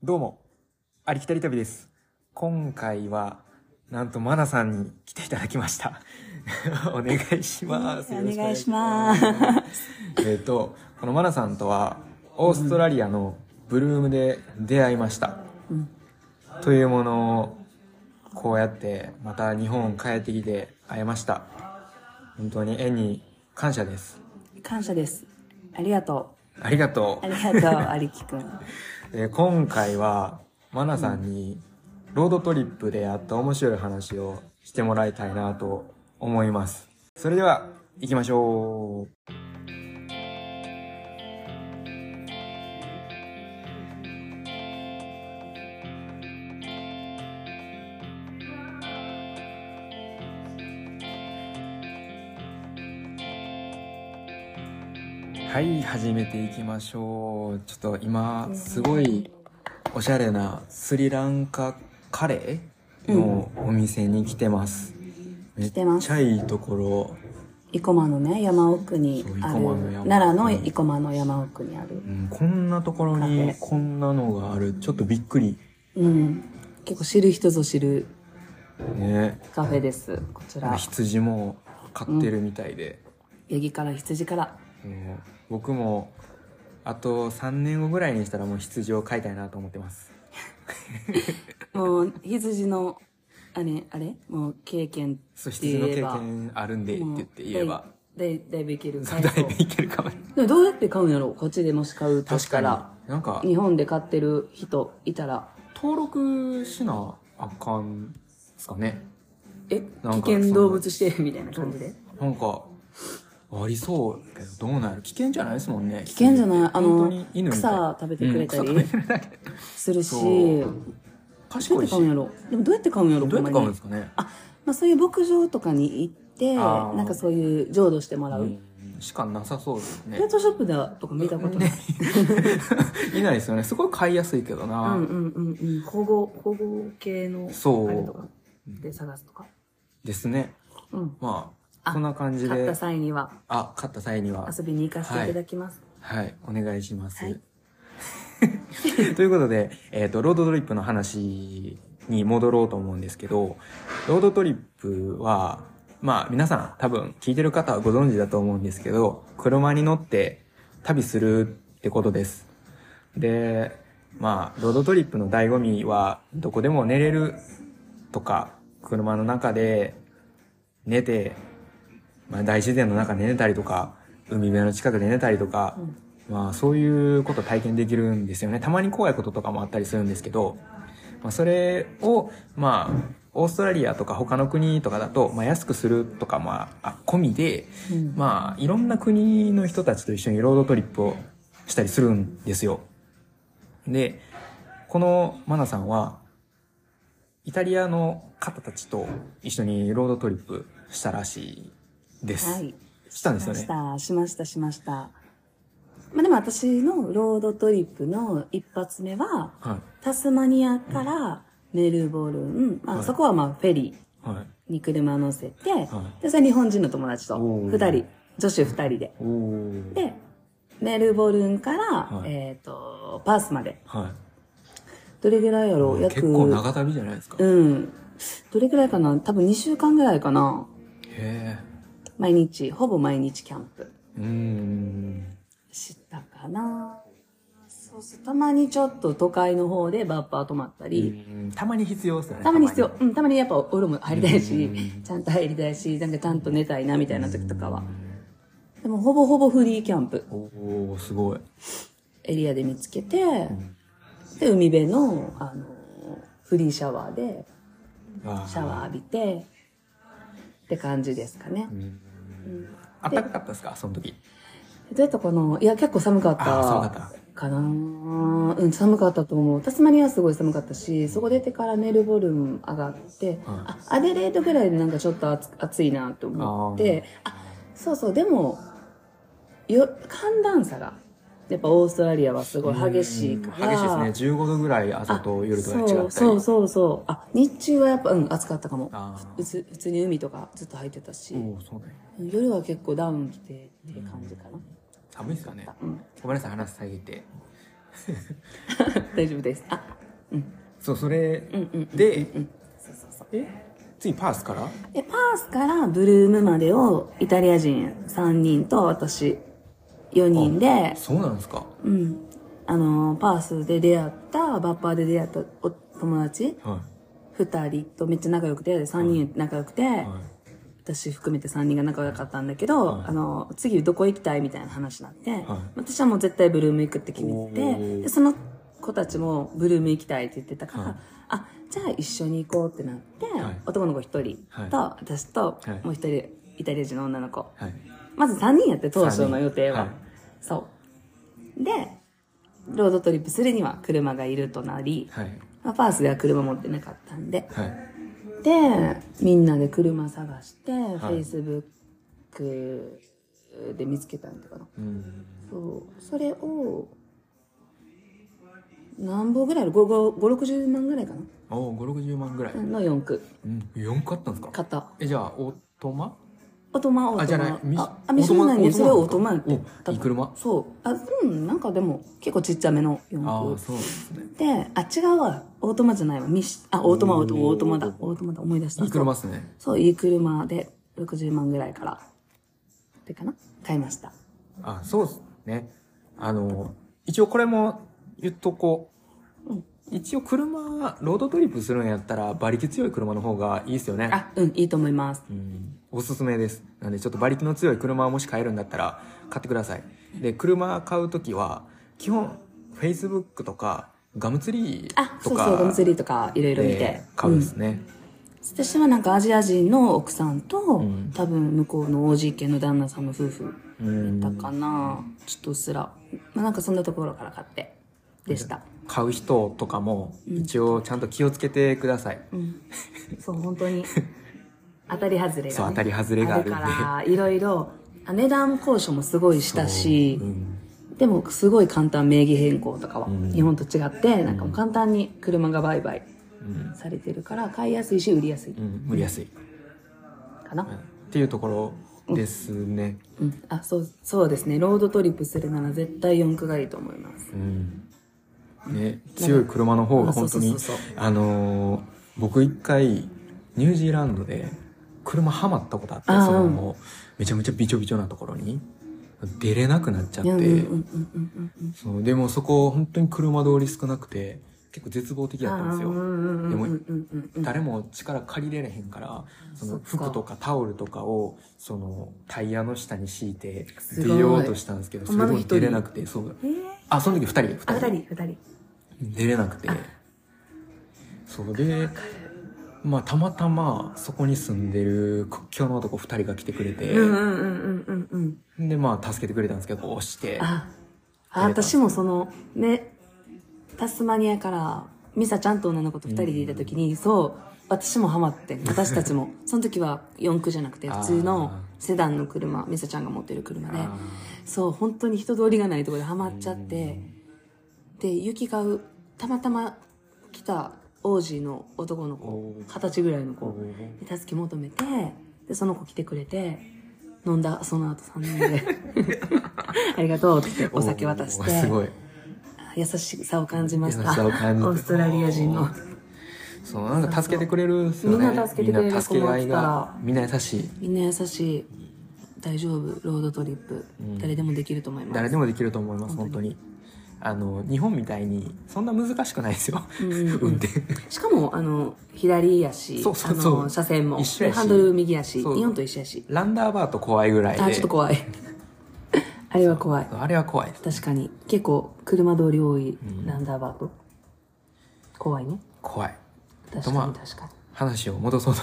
どうも、ありきたり旅です。今回は、なんとマナさんに来ていただきました。 お願いします。およ願いしまろしくお願いします。えっと、このマナさんとは、オーストラリアのブルームで出会いました。というものを、こうやって、また日本帰ってきて会えました。本当に縁に感謝です。感謝です。ありがとありがとう。うあ。り がとう、ありきくん。えー今回はマナさんにロードトリップであった面白い話をしてもらいたいなと思いますそれでは行きましょうはい始めていきましょうちょっと今すごいおしゃれなスリランカカレーのお店に来てます、めってますちゃいいところ生駒のね、山奥にそう生ある駒の山、奥奈良の生駒の山奥にあるう。んこんなところにこんなのがあるちょっとびっくりうん。結構知る人ぞ知るねカフェです。こちら。羊も飼ってるみたいで、ヤギから羊から。うん僕もあと3年後ぐらいにしたらもう羊を飼いたいなと思ってますもう、羊の、あれ、あれもう、経験ってそう羊の言経えば。験あるんでってもう言って言えば、。だいだいぶいける。そうだいぶいけるかもでもどうやって買うんやろこっちでもし買うとし確た。からになんか日本で買ってる人いたら、登録しなあかんですかねえ、なん危か険動物指定みたいな感じで。なんかありそうだけどどうなる危険じゃないですもんね危危険じゃないあ本の当に犬みたい草食べてくれたりうん草食べてくれたりするしそうどう賢やいってし買うんやろでもどうやって買うんやろどうやって買うんですかかねあ、まあ、そういう牧場とかに行ってあーなんかそういう浄土してもらう、うんしかなさそうですね ペットショップではとか見たことない、いないですよねすごい買いやすいけどうな、んうんうんうん保護保護系のそうあれとかで探すとかですねうんまああこんな感じ買っでた際にはあ買った際には遊びに行かせていただきます、はい、お願いします。はい ということで、えっ、と、ロードトリップの話に戻ろうと思うんですけど、ロードトリップは、まあ皆さん多分聞いてる方はご存知だと思うんですけど、車に乗って旅するってことです。で、まあ、ロードトリップの醍醐味は、どこでも寝れるとか、車の中で寝て、まあ、大自然の中で寝たりとか、海辺の近くで寝たりとか、まあ、そういうこと体験できるんですよね。たまに怖いこととかもあったりするんですけど、まあ、それを、まあ、オーストラリアとか他の国とかだと、まあ、安くするとか、まあ、あ込みで、うんまあ、いろんな国の人たちと一緒にロードトリップをしたりするんですよ。で、このマナさんは、イタリアの方たちと一緒にロードトリップしたらしいです。はいしたんですしよまねし。たしましたしましたまあでも私のロードトリップの一発目ははタスマニアからメルボルン、まあはいそこはまあフェリい。はい。ーに車乗せて、はでそれ日本人の友達とおー2人女子2人でおー。でメルボルンから、はいえっ、とパースまではい。どれぐらいやろううん約結構長旅じゃないですか。へうんどれぐらいかな多分2週間ぐらいかなえ。毎日ほぼ毎日キャンプうーん。したかなそうそうたまにちょっと都会の方でバッパー泊まったり、うんたまに必要ですよね。たまに必要。うん、たまにやっぱお風呂も入りたいしうん、ちゃんと入りたいし、なんかちゃんと寝たいなみたいな時とかは。でもほぼほぼフリーキャンプおおーすごい。エリアで見つけて、で、海辺の、あの、フリーシャワーであシャワー浴びて、って感じですかね。あったかかったですかその時。どうやったかないや、結構寒かった。あー寒かっかなうん、寒かったと思う。タスマニアはすごい寒かったし、そこ出てからメルボルン上がって、あ、アデレードぐらいでなんかちょっと暑暑いなと思って、あそうそう、でも、よ、寒暖差が、やっぱオーストラリアはすごい激しいから。激しいですね。15度ぐらい朝と夜とが違ったり。そうそうそうそう。あ、日中はやっぱ、うん、暑かったかも。あ普通普通に海とかずっと入ってたし、おおそうだよ。夜は結構ダウン着てって感じかな。寒いですかねうんごめんなさい、話遮って。 大丈夫です。あ、うんそう、それうんうんうんで、うんそうそうそうえ次パースからでパースからブルームまでをイタリア人3人と私4人でそうなんですか。うんあのパースで出会ったバッパーで出会ったお友達は2人とめっちゃ仲良くて3人仲良くて、い。はい。私含めて3人が仲良かったんだけど、はいあの次どこ行きたいみたいな話になって、はい私はもう絶対ブルーム行くって決めておてーでその子たちもブルーム行きたいって言ってたから、はいあじゃあ一緒に行こうってなって、はい男の子1人と、私とはいもう1人イタリア人の女の子、はい。まず3人やって当初の予定は、三人はそうでロードトリップするには車がいるとなり、はい。まあ、パースでは車持ってなかったんで、はい。でみんなで車探して、い Facebook で見つけたんだかなうん。そうそれを何本ぐらい560万ぐらいかなおー、5、60万ぐらい。の4区うん。4買ったんですか買ったえ、じゃあ、オートマオートマオートマあ、じゃない。ミシああミシュランなんやそれオートマやってお、いい車。そうあうんなんかでも結構ちっちゃめのあ4あ、区そうなんですね。であ違うわオートマじゃないわミシあオートマオートマオートマだオートマだ思い出したいい車っすね。そう、いい車で60万ぐらいから、でかな買いました。あ、そうですね。あの、一応これも言っとこう。うん一応車、ロードトリップするんやったら馬力強い車の方がいいですよね。あ、うん、いいと思います。うん、おすすめです。なんでちょっと馬力の強い車をもし買えるんだったら買ってください。で、車買うときは、基本、Facebook とか、ガムツリあー、とそうか。そう、ゴムツリーとかいろいろ見てで。買うんですね。うん私はなんかアジア人の奥さんと、ん多分向こうの OG 系の旦那さんの夫婦うんだかな、ちょっとうっすら。まあ、なんかそんなところから買って、でした。買う人とかも、一応ちゃんと気をつけてください。うん。そう、本 当に。当たり外れが、ね。そう当たり外れがあるんでから、いろいろ、あ値段交渉もすごいしたし、うんでもすごい簡単名義変更とかは、うん日本と違ってなんかもう簡単に車が売買されてるから買いやすいし売りやすいうん、無理やすい。かな、っていうところですね。うんあそうそうですねロードトリップするなら絶対四駆がいいと思いますうん。ね、強い車の方が本当にあそうそうそう、あのー僕一回、ニュージーランドで、車ハマったことあって、あーそのもう、めちゃめちゃびちょびちょなところに、出れなくなっちゃっうんうんてう、んうんうんうんそうでもそこ、本当に車通り少なくて、結構絶望的だったんですあーよ。うんうんうんうんうんうん誰も力借りれれへんから、そそのっか服とかタオルとかを、そのタイヤの下に敷いてすごい出ようとしたんですけど、ほそんれまでのも一人出れなくて、そう。えーあ、その時二人、二あ二人二人出れなくてそうでまあたまたまそこに住んでる屈強の男2人が来てくれて、うんうんうんうんうんうんでまあ助けてくれたんですけど押してああ私もそのねタスマニアからミサちゃんと女の子と2人でいた時に、そう私もハマってん私た ちもその時は四駆じゃなくてあー普通のセダンの車ミサちゃんが持ってる車であそう本当に人通りがないところでハマっちゃって、うんで雪がうたまたま来た王子の男の子おー二十歳ぐらいの子おーで助け求めてでその子来てくれて飲んだその後3 人でありがとうって言ってお酒渡しおてーすごい優しさを感じま優ししたさを感じてオーストラリア人のそうなんか助けてくれるっすよねみんな助けてくれみんるな助け合いがこみんな優しいみんな優しい大丈夫ロードトリップ、うん誰でもできると思います誰でもできると思います本当にあの日本みたいにそんな難しくないですよ、 運転しかもあの左やしそうそうそうあの車線も一緒やしでハンドル右やし日そう本と一緒やしランダーバーと怖いぐらいであちょっと怖い あれは怖いあれは怖いです確かに結構車通り多いランダーバーと、怖いね怖い確かとにまあ確かに話を戻そうと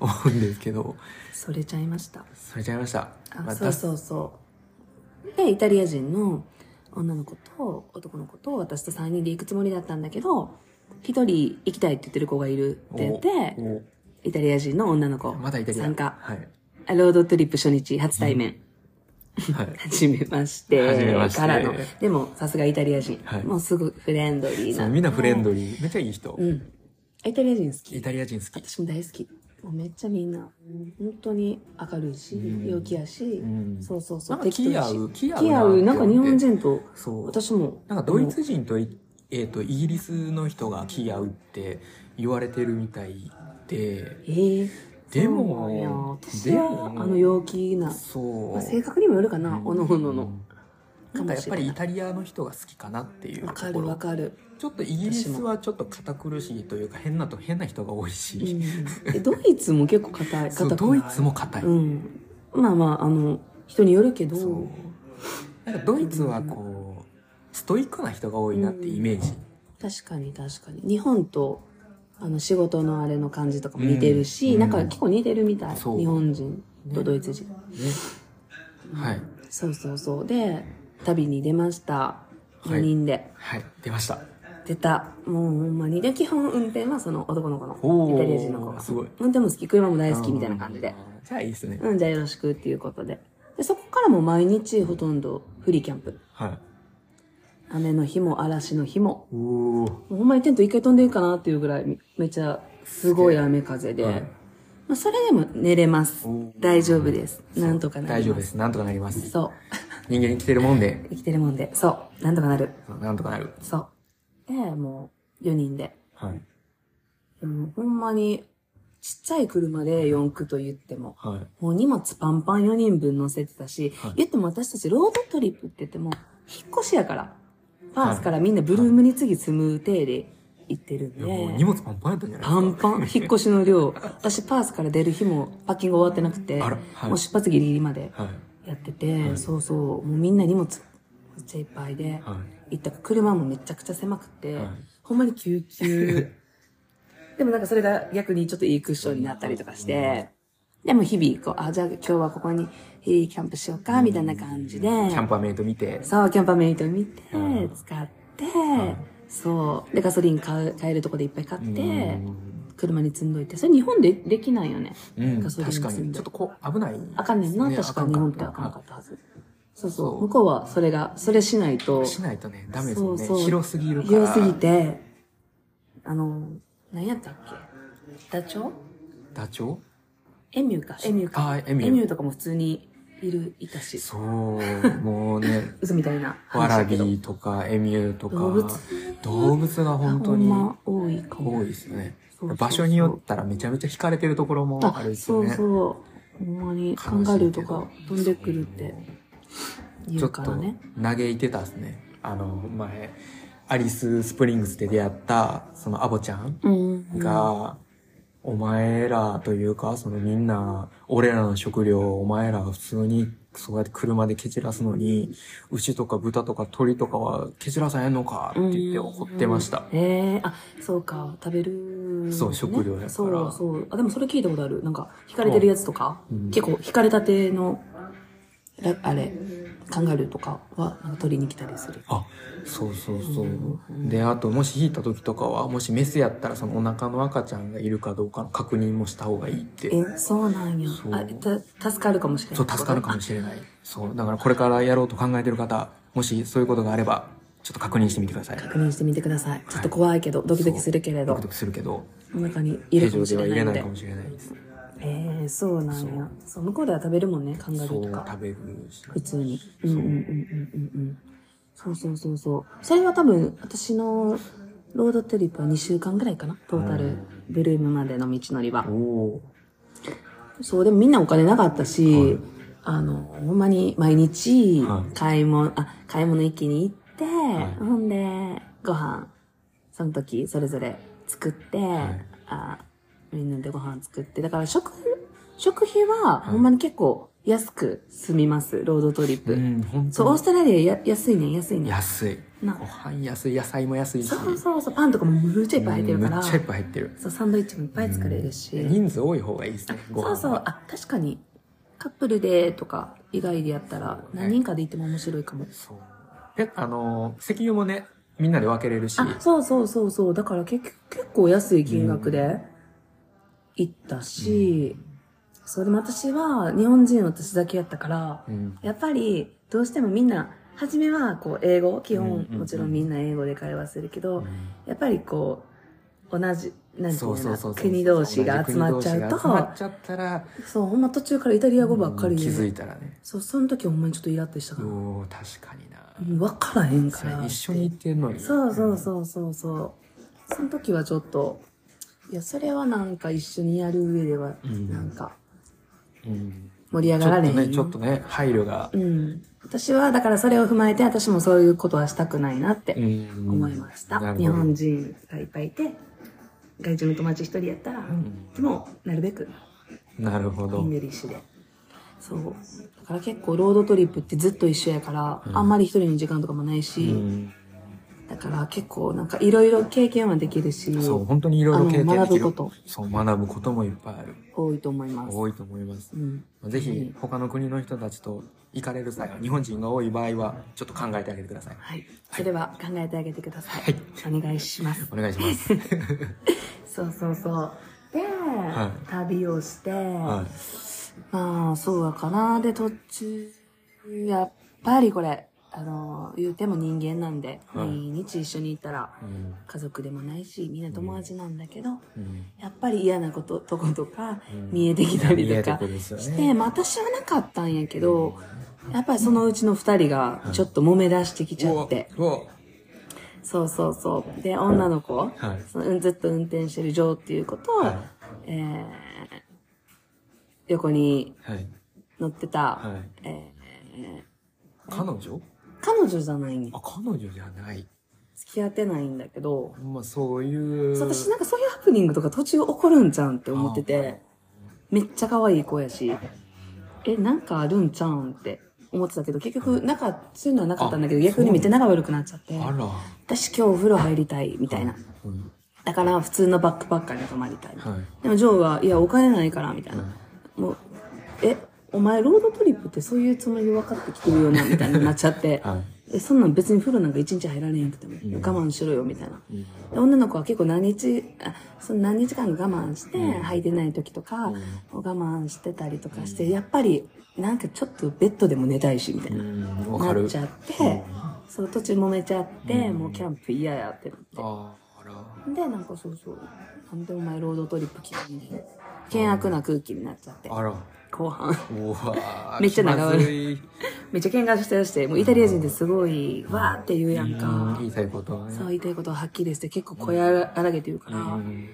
思うんですけどそれちゃいましたそれちゃいましたあ、まあそうそうそうでイタリア人の女の子と男の子と私と3人で行くつもりだったんだけど1人行きたいって言ってる子がいるって言っておおイタリア人の女の子まだイタリア参加はい、あロードトリップ初日初対面、はい、初めまして 初めましてからのでもさすがイタリア人、はいもうすぐフレンドリーそなうみんなフレンドリーめっちゃいい人、うんイタリア人好きイタリア人好き私も大好きもうめっちゃみんな本当に明るいし、陽気やし、んそうそうそうなんか気合う適当やし気合うな気合うなんか日本人とそう私もなんかドイツ人とイえっ、と、イギリスの人が気合うって言われてるみたいで、えー、でそうなんやも、私はあの陽気な、そう。まあ、性格にもよるかな、おのおのうのんかなんかもやっしぱれりなイいタリアの人が好きかなっていうわとこかろるわかる、ちょっとイギリスはちょっと堅苦しいというか変なと変な人が多いし、うんえドイツも結構硬 いそう硬くドなイいツも硬い、うんまあまああの人によるけどそうなんかドイツはこうストイックな人が多いなってイメージ、確かに確かに日本とあの仕事のあれの感じとかも似てるし、うんなんか結構似てるみたいそう日本人とドイツ人、ねはいそうそうそうで旅に出ましたい4人で、はい出ました出たもうほんまにで基本運転はその男の子おのーイタリア人の子がすごい運転も好き車も大好きみたいな感じあでーじゃあいいですね、うんじゃあよろしくっていうことででそこからも毎日ほとんどフリーキャンプはい雨の日も嵐の日もおおもうほんまにテント一回飛んでるかなっていうぐらいめめちゃすごい雨風で、はいまあ、それでも寝れますおー大丈夫ですなんとかなります大丈夫ですなんとかなりますそう人間に来てるもんで生きてるもんでそうなんとかなるなんとかなるそうでもう4人ではいうんほんまにちっちゃい車で4区と言ってもはいもう荷物パンパン4人分乗せてたし、はい言っても私たちロードトリップって言っても、引っ越しやから、パースからみんなブルームに次住む体で行ってるんいやで、もう荷物パンパンやったんじゃないパンパン、 引っ越しの量、私パースから出る日もパッキング終わってなくて、あらはいもう出発ギリギリまではいやってて、そうそう、もうみんな荷物めっちゃいっぱいで、は行ったから車もめちゃくちゃ狭くて、はいほんまに 救急でもなんかそれが逆にちょっといいクッションになったりとかして、でも日々こうあじゃあ今日はここにえーキャンプしようかみたいな感じで、いキャンパーメイト見てそうキャンパーメイト見て、うん使って、そうでガソリン買う買えるとこでいっぱい買って、うん車に積んどいてそれ日本でできないよね、うん、ガソリン確か積んに。でちょっとこう、危ない、あかんねんな、ね確かあかん日か本ってあかんかったはずそうそうそう向こうはそれがそれしないとしないとね、ダメですもんね。そうそう広すぎるから。広すぎ。て、あの、何やったっけダチョウダチョウエミューか、エミューか。あエミューとかも普通にいる、いたし、そう、もうね、嘘みたいなわら 話だけど。びとか、エミューとか。動物動物が本当あにほんま多いかも。多いですよねそうそうそう。場所によったらめちゃめちゃ惹かれてるところもああるん、ですそようね。そう。ほんまに、カン悲ガしルーいとけどか飛んでくるって言ちょうっかとらね。嘆いてたですね。あの、前、アリス・スプリングスで出会った、そのアボちゃんうん。が、お前らというか、そのみんな、俺らの食料をお前らが普通に、そうやって車で蹴散らすのに、牛とか豚とか鳥とかは蹴散らさへんのかって言って怒ってました。うん。ええあ、そうか、食べる、そう食料やからそうそう。あ、でもそれ聞いたことある。なんか、惹かれてるやつとか、うん結構惹かれたての、らあれ、カンガルーとかは、なんか取りに来たりする。あ、そうそうそう。で、あと、もし引いた時とかは、もしメスやったらそのお腹の赤ちゃんがいるかどうかの確認もした方がいいって。え、そうなんやそ。うあ、た、助かるかもしれない。そう、助かるかもしれない。そう、だからこれからやろうと考えてる方、もしそういうことがあれば、ちょっと確認してみてください。確認してみてください。ちょっと怖いけど、ドキドキするけれドどキド、キするけど、お腹にい平るか常もしではれ入れなないのいでか。もしれないです。えー、そうなんや。そう、向こうでは食べるもんね、カンガルそうーとか。食べるし普通に。うんうんうんうんうんうん。そうそうそうそう。それは多分、私のロードトリップは2週間ぐらいかな。トータル、ブルームまでの道のりはお。おそう、でもみんなお金なかったし、あの、ほんまに毎日は、い買い物、あ、買い物行きに行って、はいほんで、ご飯、その時、それぞれ作って、いあみんなでご飯作って、だから食、食費は、ほんまに結構安く済みます、ロードトリップ。うん本そう、オ当ーストラリアや安いねん、安いねん。安いごな飯安い野菜も安いしそうそうそう、パンとかもむっちゃいっぱい入ってるから、うんめっちゃいっぱい入ってるそう、サンドイッチもいっぱい作れるし、人数多い方がいいですねご飯そはうそう、あ、確かに、カップルでとか以外でやったら、ね何人かで行っても面白いかも。そうであのー石油もねみんなで分けれるしあ、そうそうそうそう、だから結局結構安い金額で行ったし、そう、でも私は日本人私だけやったから、うんやっぱりどうしてもみんな、初めはこう英語、基うん本うんもちろんみんな英語で会話するけど、うんやっぱりこう、同じ、なんていそううそうのかなそうそう国同士が集まっちゃう同じ国同士が集まっと、ちゃったらそう、ほんま途中からイタリア語ばっかりうんで、気づいたらねそう、その時ほんまにちょっとイラってしたから、おー確かにな、うん分からへんそかれら。一緒に行ってんのにそうそううそうそうそう。その時はちょっと、いや、それはなんか一緒にやる上では、んなんかん、うん盛り上ちがょらっとれへんよ、ねちょっとね配慮がうん。私は、だからそれを踏まえて、私もそういうことはしたくないなって思思いました。なるほど日本人がいっぱいいて、外人の友達一人やったら、うもう、なるべく、なるほイどングリッシュで。そう。だから結構ロードトリップってずっと一緒やから、あんまり一人の時間とかもないし、うんだから結構なんかいろいろ経験はできるし、そう本当にいろいろ経験できあの学るぶことそう学ぶこともいっぱいある多いと思います。多いと思いますうん。ぜひ他の国の人たちと行かれる際は日本人が多い場合はちょっと考えてあげてくださいはい。それは考えてあげてください。はいお願いします。お願いします そうそうそう。で、はい旅をして、はまあ、そうやかな。で、途中、やっぱりこれ、あの、言うても人間なんで、はい毎日一緒にいたらい、うん家族でもないし、みんな友達なんだけど、うんやっぱり嫌なこと、とことか、ん見えてきたり見えとてかくるんですよねして、まあ私はなかったんやけど、やっぱりそのうちの二人がちょっと揉め出してきちゃって、うわうわそうそうそう。で、女の子、はいそのうんずっと運転してるジョーっていう子と、はいえー横にはい乗ってた、はいえー彼女彼女じゃないねあ彼女じゃない付き合ってないんだけど、まあそういうそう私なんかそういうハプニングとか途中起こるんじゃうんって思ってて、めっちゃ可愛い子やし、え、なんかあるんちゃうんって思ってたけど、結局、なんか、そういうのはなかったんだけど、あ逆に見て仲悪くなっちゃって、あら私今日お風呂入りたい、みたいな。うんだから普通のバックパッカーに泊まりたい。はいでもジョーは、いや、お金ないから、みたいな。もう、え、お前、ロードトリップってそういうつもりで分かってきてるよな、みたいになっちゃって、はえ、そんなん別に風呂なんか一日入られへんくても、我慢しろよ、みたいな。で女の子は結構何日、あその何日間我慢して、履いてない時とか、我慢してたりとかして、やっぱり、なんかちょっとベッドでも寝たいし、みたいな。うんわかなっるちゃって、その途中揉めちゃって、もうキャンプ嫌やってなって。ああらで、なんかそうそう。なんでお前ロードトリップ嫌いに険悪な空気になっちゃって。あら後半。 うわめっちゃ長気いまずいめっちゃ喧嘩してるして、もうイタリア人ってすごい、わーって言うやんか。言いたいことはねそう言いたいことをはっきりして結構声荒げて言うから、うん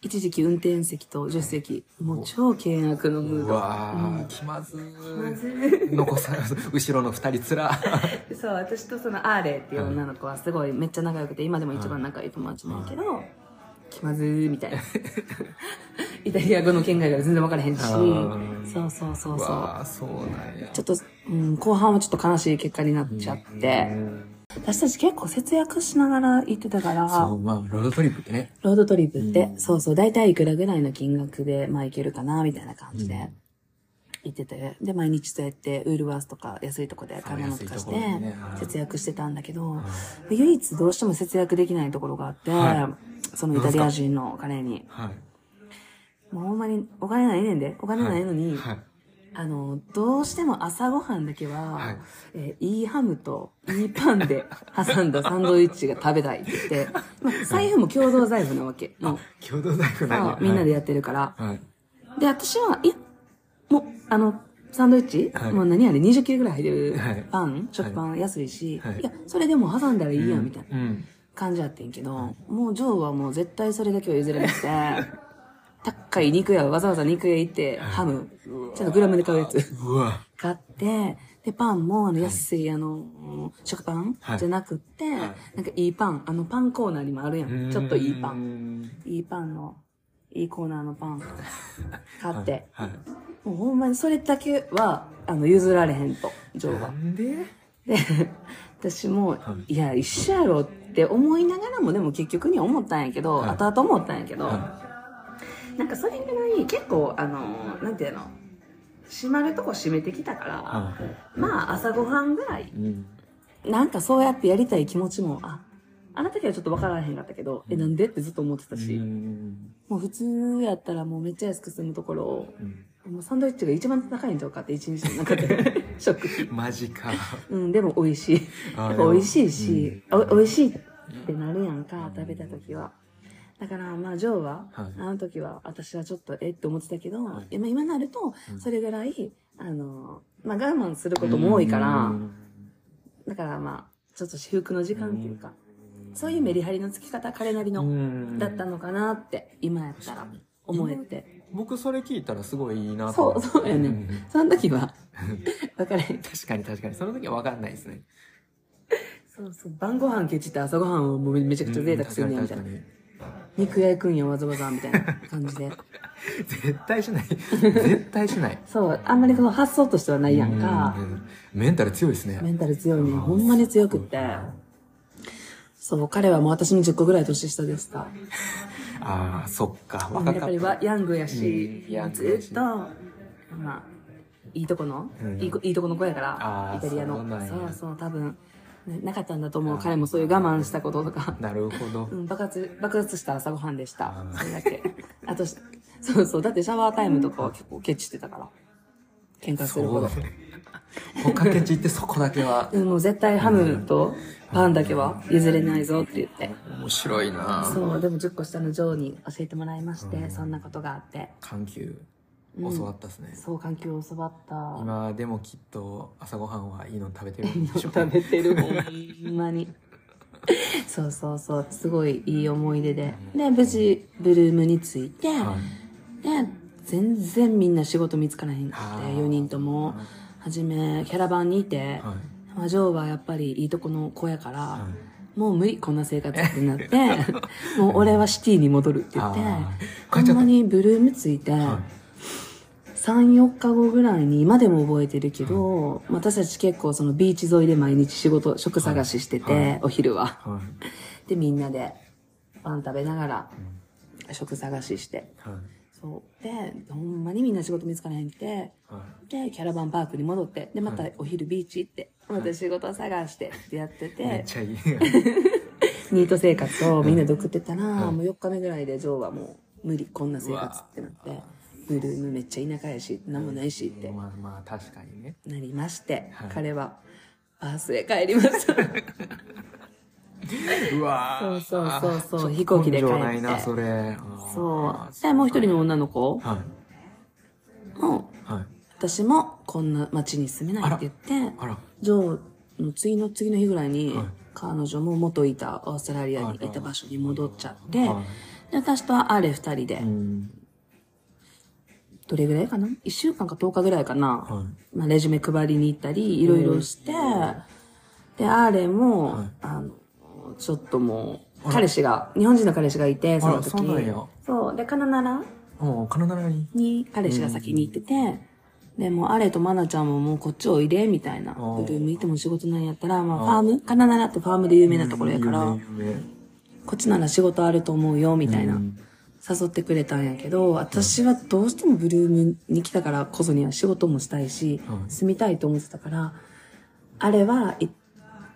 一時期運転席と助手席、もう超険悪のムーうド。わー気まずい残さ後ろの二人つらそう、私とそのアーレっていう女の子はすごいめっちゃ仲良くて、今でも一番仲良い友達なんやけど、気まずーみたいな。 イタリア語の見解が全然分からへんし、ーそうそう そううそう。わーそうなんやちょっと、うん、後半はちょっと悲しい結果になっちゃって、私たち結構節約しながら行ってたから、そうまあロードトリップってねロードトリップって、そうそう、大体いくらぐらいの金額で、まあいけるかな、みたいな感じで、行ってて、で、毎日そうやって、ウールワースとか安いとこで買い物とか安いして、ところでね節約してたんだけど、唯一どうしても節約できないところがあって、はそのイタリア人の彼に、はいもうほんまにお金ないねんで、お金ないのに、はいあの、どうしても朝ごはんだけは、はいえーいいハムといいパンで挟んだサンドイッチが食べたいって言って、まあ、財布も共同財布なわ け。もう共同財布なんさやあみんなでやってるかはら。いはいで、私は、いや、もう、あの、サンドイッチ、はいもう何あれ、20キロぐらい入ってはいるパン、食パン安いし、、はいいや、それでも挟んだらいいやん、みたいなうん感じやってんけど、もうジョーはもう絶対それだけは譲れなくて、高い肉屋、わざわざ肉屋行って、ハム、ちゃんとグラムで買うやつ。うわ買って、で、パンも、あの、安い、あの、食パン、はいじゃなくって、なんかいいパン、あの、パンコーナーにもあるや。うんんちょっといいパン。いいパンの、いいコーナーの パン、買って、はいもうほんまにそれだけは、あの、譲られへんと、ジョーなは。んでで、私も、い、や、一緒やろって思いながらも、でも結局には思ったんやけど、はい後々思ったんやけど、はなんかそれぐらい結構、あの、なんていうの、閉まるとこ閉めてきたから、はいまあ朝ごはんぐらいうんなんかそうやってやりたい気持ちもああの時はちょっと分からへんかったけど、えなんでってずっと思ってたし、うんもう普通やったらもうめっちゃ安く済むところを、もうサンドイッチが一番高いんちゃうかって一日の中 で食費マジかうんでも美味しいあやっでぱも美味しいし、お美味しいってなるやんか食べた時はだから、まあ、ジョーは、はいあの時は、私はちょっと、えって思ってたけど、はい今今になるとう、んそれぐらい、あの、まあ、我慢することも多いから、だからまあ、ちょっと至福の時間っていうか、そういうメリハリのつき方、彼なりの、だったのかなって、今やったら思えて。僕それ聞いたらすごいいいなとそ思う、そうやね。んその時 は、わからへん。確かに確かにその時は分かんないですねそうそう。晩ご飯ケチって朝ご飯をもうめちゃくちゃ贅沢するね、うんみたい確なか。に肉屋行くんや、わざわざ、みたいな感じ で。確かに絶対しない絶対しないそう、あんまりその発想としてはないやんか。うんメンタル強いですねメンタル強いね。ほんまに強くって。そう、彼はもう私の10個ぐらい年下でした。ああそっかや若っかぱっりたはヤングやし、うんヤングやしずっと、まあ、いいとこの、うんいい子いいとこの子やから、あーイタリアの。そうなんやそうそう、多分、ねなかったんだと思う。あー彼もそういう我慢したこととか。なるほどうん、爆発、爆発した朝ごはんでしたあ。ーそれだけ。あと、そうそう、だってシャワータイムとかは結構ケチってたから。喧嘩するほそうどだ。ねほかけちってそこだけはうんもう絶対ハムとパンだけは譲れないぞって言って。面白いなそう、でも10個下のジョーに教えてもらいまして、そんなことがあって。緩急教わったですね、そう、環境を教わった。今でもきっと朝ごはんはいいの食べてるんでしょう食べてる、ほんまに。そうそうそう、すごいいい思い出で。で、無事、ブルームについて、はいで、全然みんな仕事見つからへんくて、あー4人とも。はじめ、キャラバンにいて、はいまあジョーはやっぱりいいとこの子やから、はもう無理、こんな生活って なって、もう俺はシティに戻るって言ってあ、ーほんまにブルームついて、3、4日後ぐらいに今でも覚えてるけど、私たち結構そのビーチ沿いで毎日仕事、職探ししてて、はいお昼は。はいで、みんなでパン食べながら、職探しして。はいそう。で、ほんまにみんな仕事見つからへんって、はで、キャラバンパークに戻って、で、またお昼ビーチ行って、また仕事探してってやってて、いめっちゃいいニート生活をみんなで送ってたら、いもう4日目ぐらいでジョーはもう無理、こんな生活ってなって、ブルームめっちゃ田舎やし、なんもないしってまあまあ確か にねなりまして、はい彼はバースへ帰りました。うわーそうそうそうそうあー飛行機で帰って根性ないなそれそう。でで、もう一人の女の子はいも、はい私もこんな町に住めないって言ってあ、らジョーの次の次の日ぐらいにはい、彼女も元いたオーストラリアにいた場所に戻っちゃって、ではい、私とアレ二人でう、んどれぐらいかな ?1 週間か10日ぐらいかな、はまあ、レジュメ配りに行ったり、いろいろして、で、アーレも、はいあの、ちょっともう、ら彼氏が、日本人の彼氏がいて、その時そうなんやそうで、カナナラいもうカナダにに彼氏が先に行ってて、で、もうアレとマナちゃんももうこっちおいで、みたいな。ブールーム行っても仕事なんやったら、まあ、ファーム、カナナラってファームで有名なところやから、うん有名有名こっちなら仕事あると思うよ、みたいな。うん誘ってくれたんやけど、私はどうしてもブルームに来たからこそには仕事もしたいし、はい住みたいと思ってたから、あれはい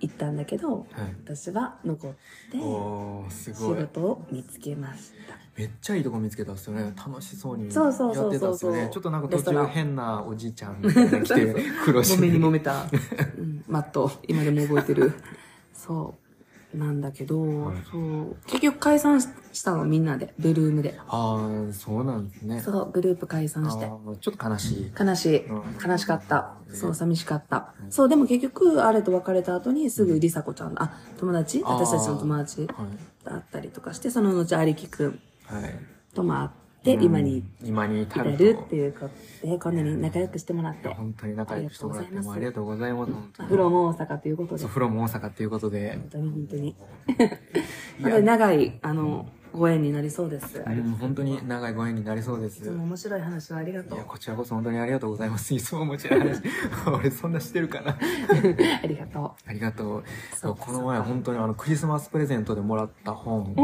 行ったんだけど、はい私は残って、おーす仕ごい事を見つけました。めっちゃいいとこ見つけたっすよね楽しそうにやってたそっうすよそうねそうそうそうちょっとなんかレ途ストラ中ン変なおじいちゃんみたいなの来て黒し揉めに揉め た、うん、マット、今でも覚えてる。そう。なんだけど、はいそう。結局解散ししたの、みんなで、ブルームで。ああそうなんですねそう、グループ解あ散して。ーちょっと悲しい悲しい。うん悲しかった。そう、寂しかった。んそう、でも結局、あれと別れた後にすぐりさこちゃんの、あ、友達あー私たちの友達はいだったりとかして、その後、ありきくんはいとも会って、今にうん今に至至るとるっていうことで、こんなに仲良くしてもらっいやて。本当に仲良くしてもらってもありがとうございます本当に風呂も大阪ということで、そう本風呂も大阪ということで当に本当に。いまやだ 長い、あの、ご縁になりそうです。うん本当に長いご縁になりそうですいつも面白い話をありがいとうや。こちらこそ本当にありがとうございますいつももちろん話 俺そんなしてるか なありがとありがとうそうこの前本当にあのクリスマスプレゼントでもらった本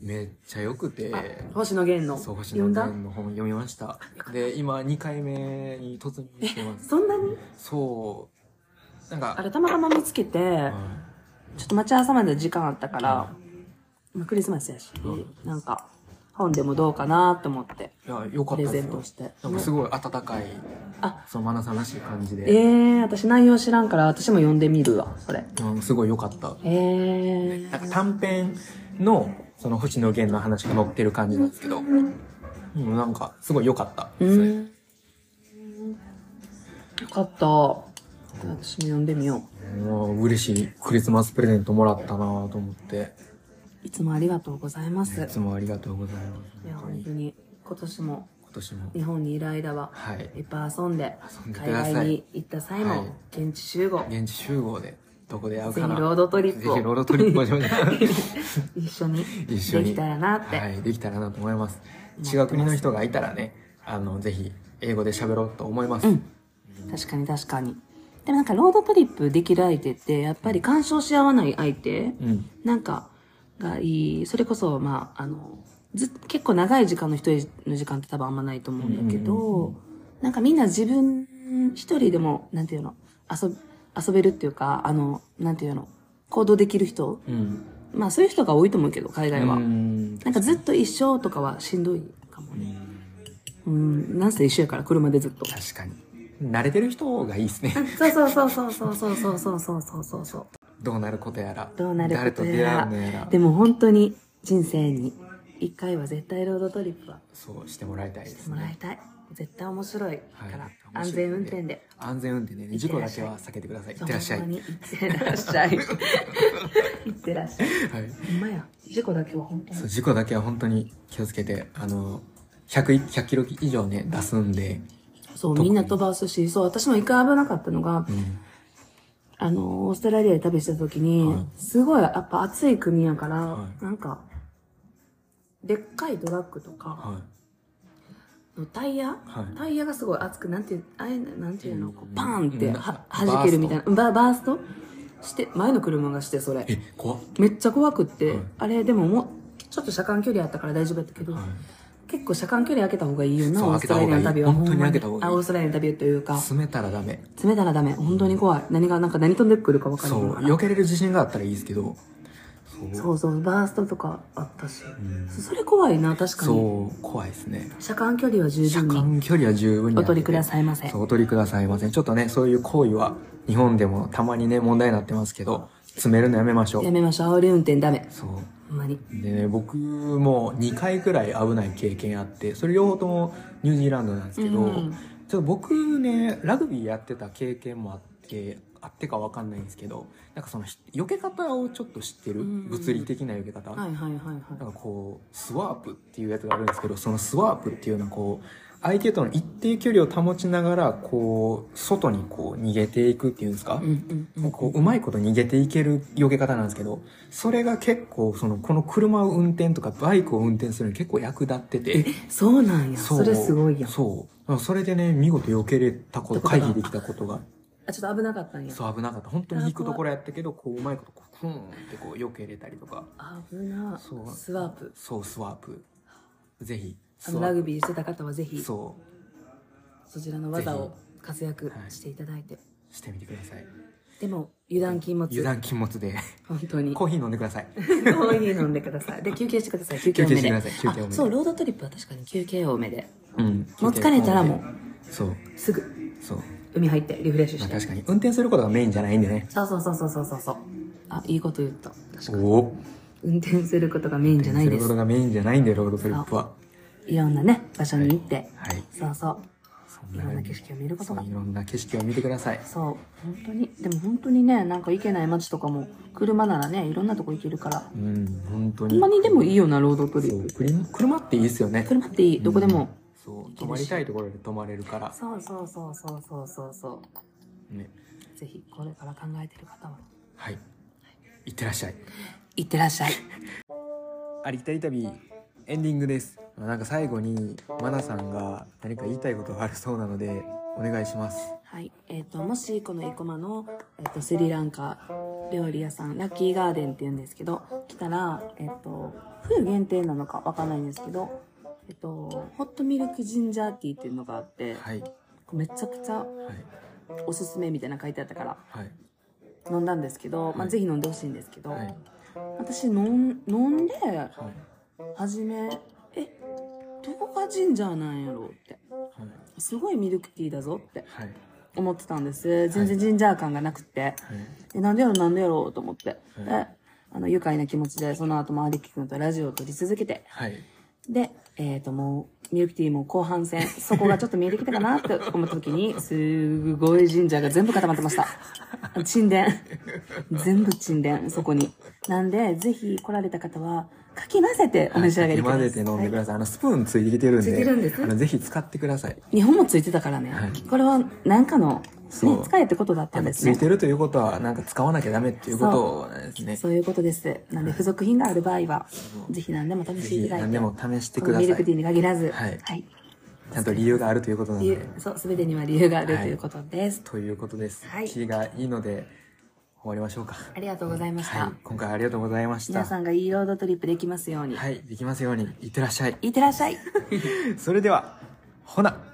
めっちゃ良くてう。星野源の。そう星読野んだ源の本読みましたで今2回目に突入して ますそんなにそうなんかあれ、たまたま見つけて、うんちょっと待ち合わせまで時間あったから、まあクリスマスやし、なんか、本でもどうかなと思って、いや良かプったレでゼンすよトして。なんかすごい温かいあ、そのマナさんらしい感じでええー、私内容知らんから、私も読んでみるわ、それ。うん、すごい良かった。ええなんか短編のその星野源の話が載ってる感じなんですけど、うん、なんかすごい良かったうですね。ん。よかった。私も読んでみようん嬉しいクリスマスプレゼントもらったなぁと思って、う。いつもありがとうございます。いいつもありがとうございます。や、本当本に当に、今年も今年も。日本にいる間は、はい。いっぱい遊んで遊ん、でく海ださい外に行った際はいも、現地集合、現地集合で、どこで会うぜかひな。ロードトリップぜひローをドトリップをしましょう一緒にで 一緒に。きたらなって。はい、できたらなと思います。ます違う国の人がいたらね、あの、ぜひ、英語で喋ろうと思います。うん確かに確かに。でもなんかロードトリップできる相手って、やっぱり干渉し合わない相手うん。なんかがいい。それこそ、まあ、あの、ず結構長い時間の一人の時間って多分あんまないと思うんだうけんうんど、なんかみんな自分一人でも、なんていうの、遊、遊べるっていうか、あの、なんていうの、行動できる人うん。まあそういう人が多いと思うけど、海外は。うんなんかずっと一緒とかはしんどいかもね。うん、なんせ一緒やから、車でずっと。確かに。慣れてる人がいいですね。そうそうそうそうそうそうそうそうそうそうそうそう。どうなることやら。どうなることや誰らと出会うのやら。でも本当に人生に一回は絶対ロードトリップはそうしてもらいたいでしすてもらねい。たい。絶対面白いかはら、い面白い安全運転で。安全運転でね、事故だけは避けてください。いってらっしゃい。そはうほんいま。にいってらっ しゃい。いってらっしゃい。ほんまや。事故だけは本当にそう、。事故だけは本当に気をつけて、あの、100、100キロ以上ね、出すんで、そう、みんな飛ばすし、そう、私も一回危なかったのがう、ん。あの、オーストラリアで旅した時はにい、すごいやっぱ暑い国やからは、いなんか、でっかいトラックとか、はのタイヤい。はい。タイヤがすごい熱くなんていうあれなんていうのこううんバーンってはうん弾けるみたいなバーバーストして前の車がしてそれえ、怖っ。めっちゃ怖くって、はいあれでももうちょっと車間距離あったから大丈夫やったけど、はい。結構車間距離開けた方がいいよなそうオーストラリアの旅は開けた方がいい本当に開けた方がいいあオーストラリアの旅というか詰めたらダメ。詰めたらダメ本当に怖い何がなんか何飛んでくるか分かそらう。ない避けれる自信があったらいいですけど、そう。そうそうバーストとかあったし、んそそれ怖いな確かにそう、怖いですね。車間距離は十車分に間距離は十分にお取りくだいさいませそうお取りくださいませんちょっとねそういう行為は日本でもたまにね問題になってますけど詰めるのやめましょやうめましょう煽り運転ダメそほんまにうでね僕も2回くらい危ない経験あってそれ両方ともニュージーランドなんですけど、うんちょっと僕ねラグビーやってた経験もあってあってかわかんないんですけどなんかそのひ避け方をちょっと知ってる、うん物理的な避け方、はいはいはいはいなんかこう、スワープっていうやつがあるんですけど、そのスワープっていうのはこう、相手との一定距離を保ちながら、こう、外にこう逃げていくっていうんですかう、んうんうんこう、うまいこと逃げていける避け方なんですけど、それが結構、その、この車を運転とかバイクを運転するのに結構役立ってて、そうなんやうそれすごいやんそう。それでね、見事避けれたこと、ってことだ回避できたことが、あちょっと危なかったんやそう危なかった。本当に引くところやったけど、こう、うまいこと、こう、クーンってこう、避けれたりとか。危なそうスワープそう、スワープ。ぜひ。あのラグビーしてた方はぜひそそちらの技を活躍していただいて、うしてみてくださいでも油断禁物油断禁物で本当にココーヒー飲んでくださいーヒー飲んでくださいで休憩してください休憩多め休憩しでてください休憩多めあでそうロードトリップは確かに休憩多めでうん もう疲れたらもうそうすぐそう、海入ってリフレッシュましあ、て確かに運転することがメインじゃないんでねそうそうそうそうそうそうそうあいいこと言った確かにおお運転することがメインじゃないすでるこすとがメインじゃないんでロードトリップははいろんなね場所に行って、いそうそうそいろんな景色を見ることがそういろんな景色を見てくださいそう本当にでも本当にねなんか行けない街とかも車ならねいろんなとこ行けるからうん本当ほんにまにでもいいよなロードトリそッうプ車車っていいですよね車っていいどこでも、そう泊まりたいところで泊まれるから、そうそうそうそうそうそうそね、うぜひこれから考えてる方ははいいってらっしゃい行ってらっしゃいありきたり旅エンディングです。なんか最後にマナさんが何か言いたいことがあるそうなのでお願いします。はい、えっ、と、もしこの生駒の、えっ、と、スリランカ料理屋さん、ラッキーガーデンって言うんですけど、来たら、えっ、と、冬限定なのかわかんないんですけど、えっ、と、ホットミルクジンジャーティーっていうのがあって、はいめちゃくちゃはいおすすめみたいなの書いてあったから、はい飲んだんですけど、まはあ、いぜひ飲んでほしいんですけど、はい私飲ん、飲んで、はい初め、え、どこがジンジャーなんやろうって、すごいミルクティーだぞってはい思ってたんです。全然ジンジャー感がなくて。はいえ、なんでやろなんでやろと思って。うんえ、あの、愉快な気持ちで、その後もアリキ君とラジオを撮り続けて、はい。で、えっ、と、もう、ミルクティーも後半戦、そこがちょっと見えてきたかなって思った時に、すごい神社が全部固まってました。沈殿。全部沈殿、そこに。なんで、ぜひ来られた方は、かき混ぜてお召し上がりくだ混さい。ぜて飲んでください。あの、スプーンついてきてるんで。ついてるんですあの、ぜひ使ってください。日本もついてたからね。はいこれは、なんかの、ねそう、使えってことだったんですついね。てるということは、なんか使わなきゃダメっていうことなんですね。そういうことです。なんで、付属品がある場合は、ぜひ何でも試ぜしてひいただいて。何でも試してこくのださミい。ルクティちーに限らず、はいはい。ゃんと理由があるということなの理で由。そう、すべてには理由があるはいということです。ということです。はいキリがいいので、終わりましょうか。ありがとうございました。はい。今回ありがとうございました。皆さんがいいロードトリップできますように。はい。できますように。いってらっしゃい。いってらっしゃい。それでは、ほな。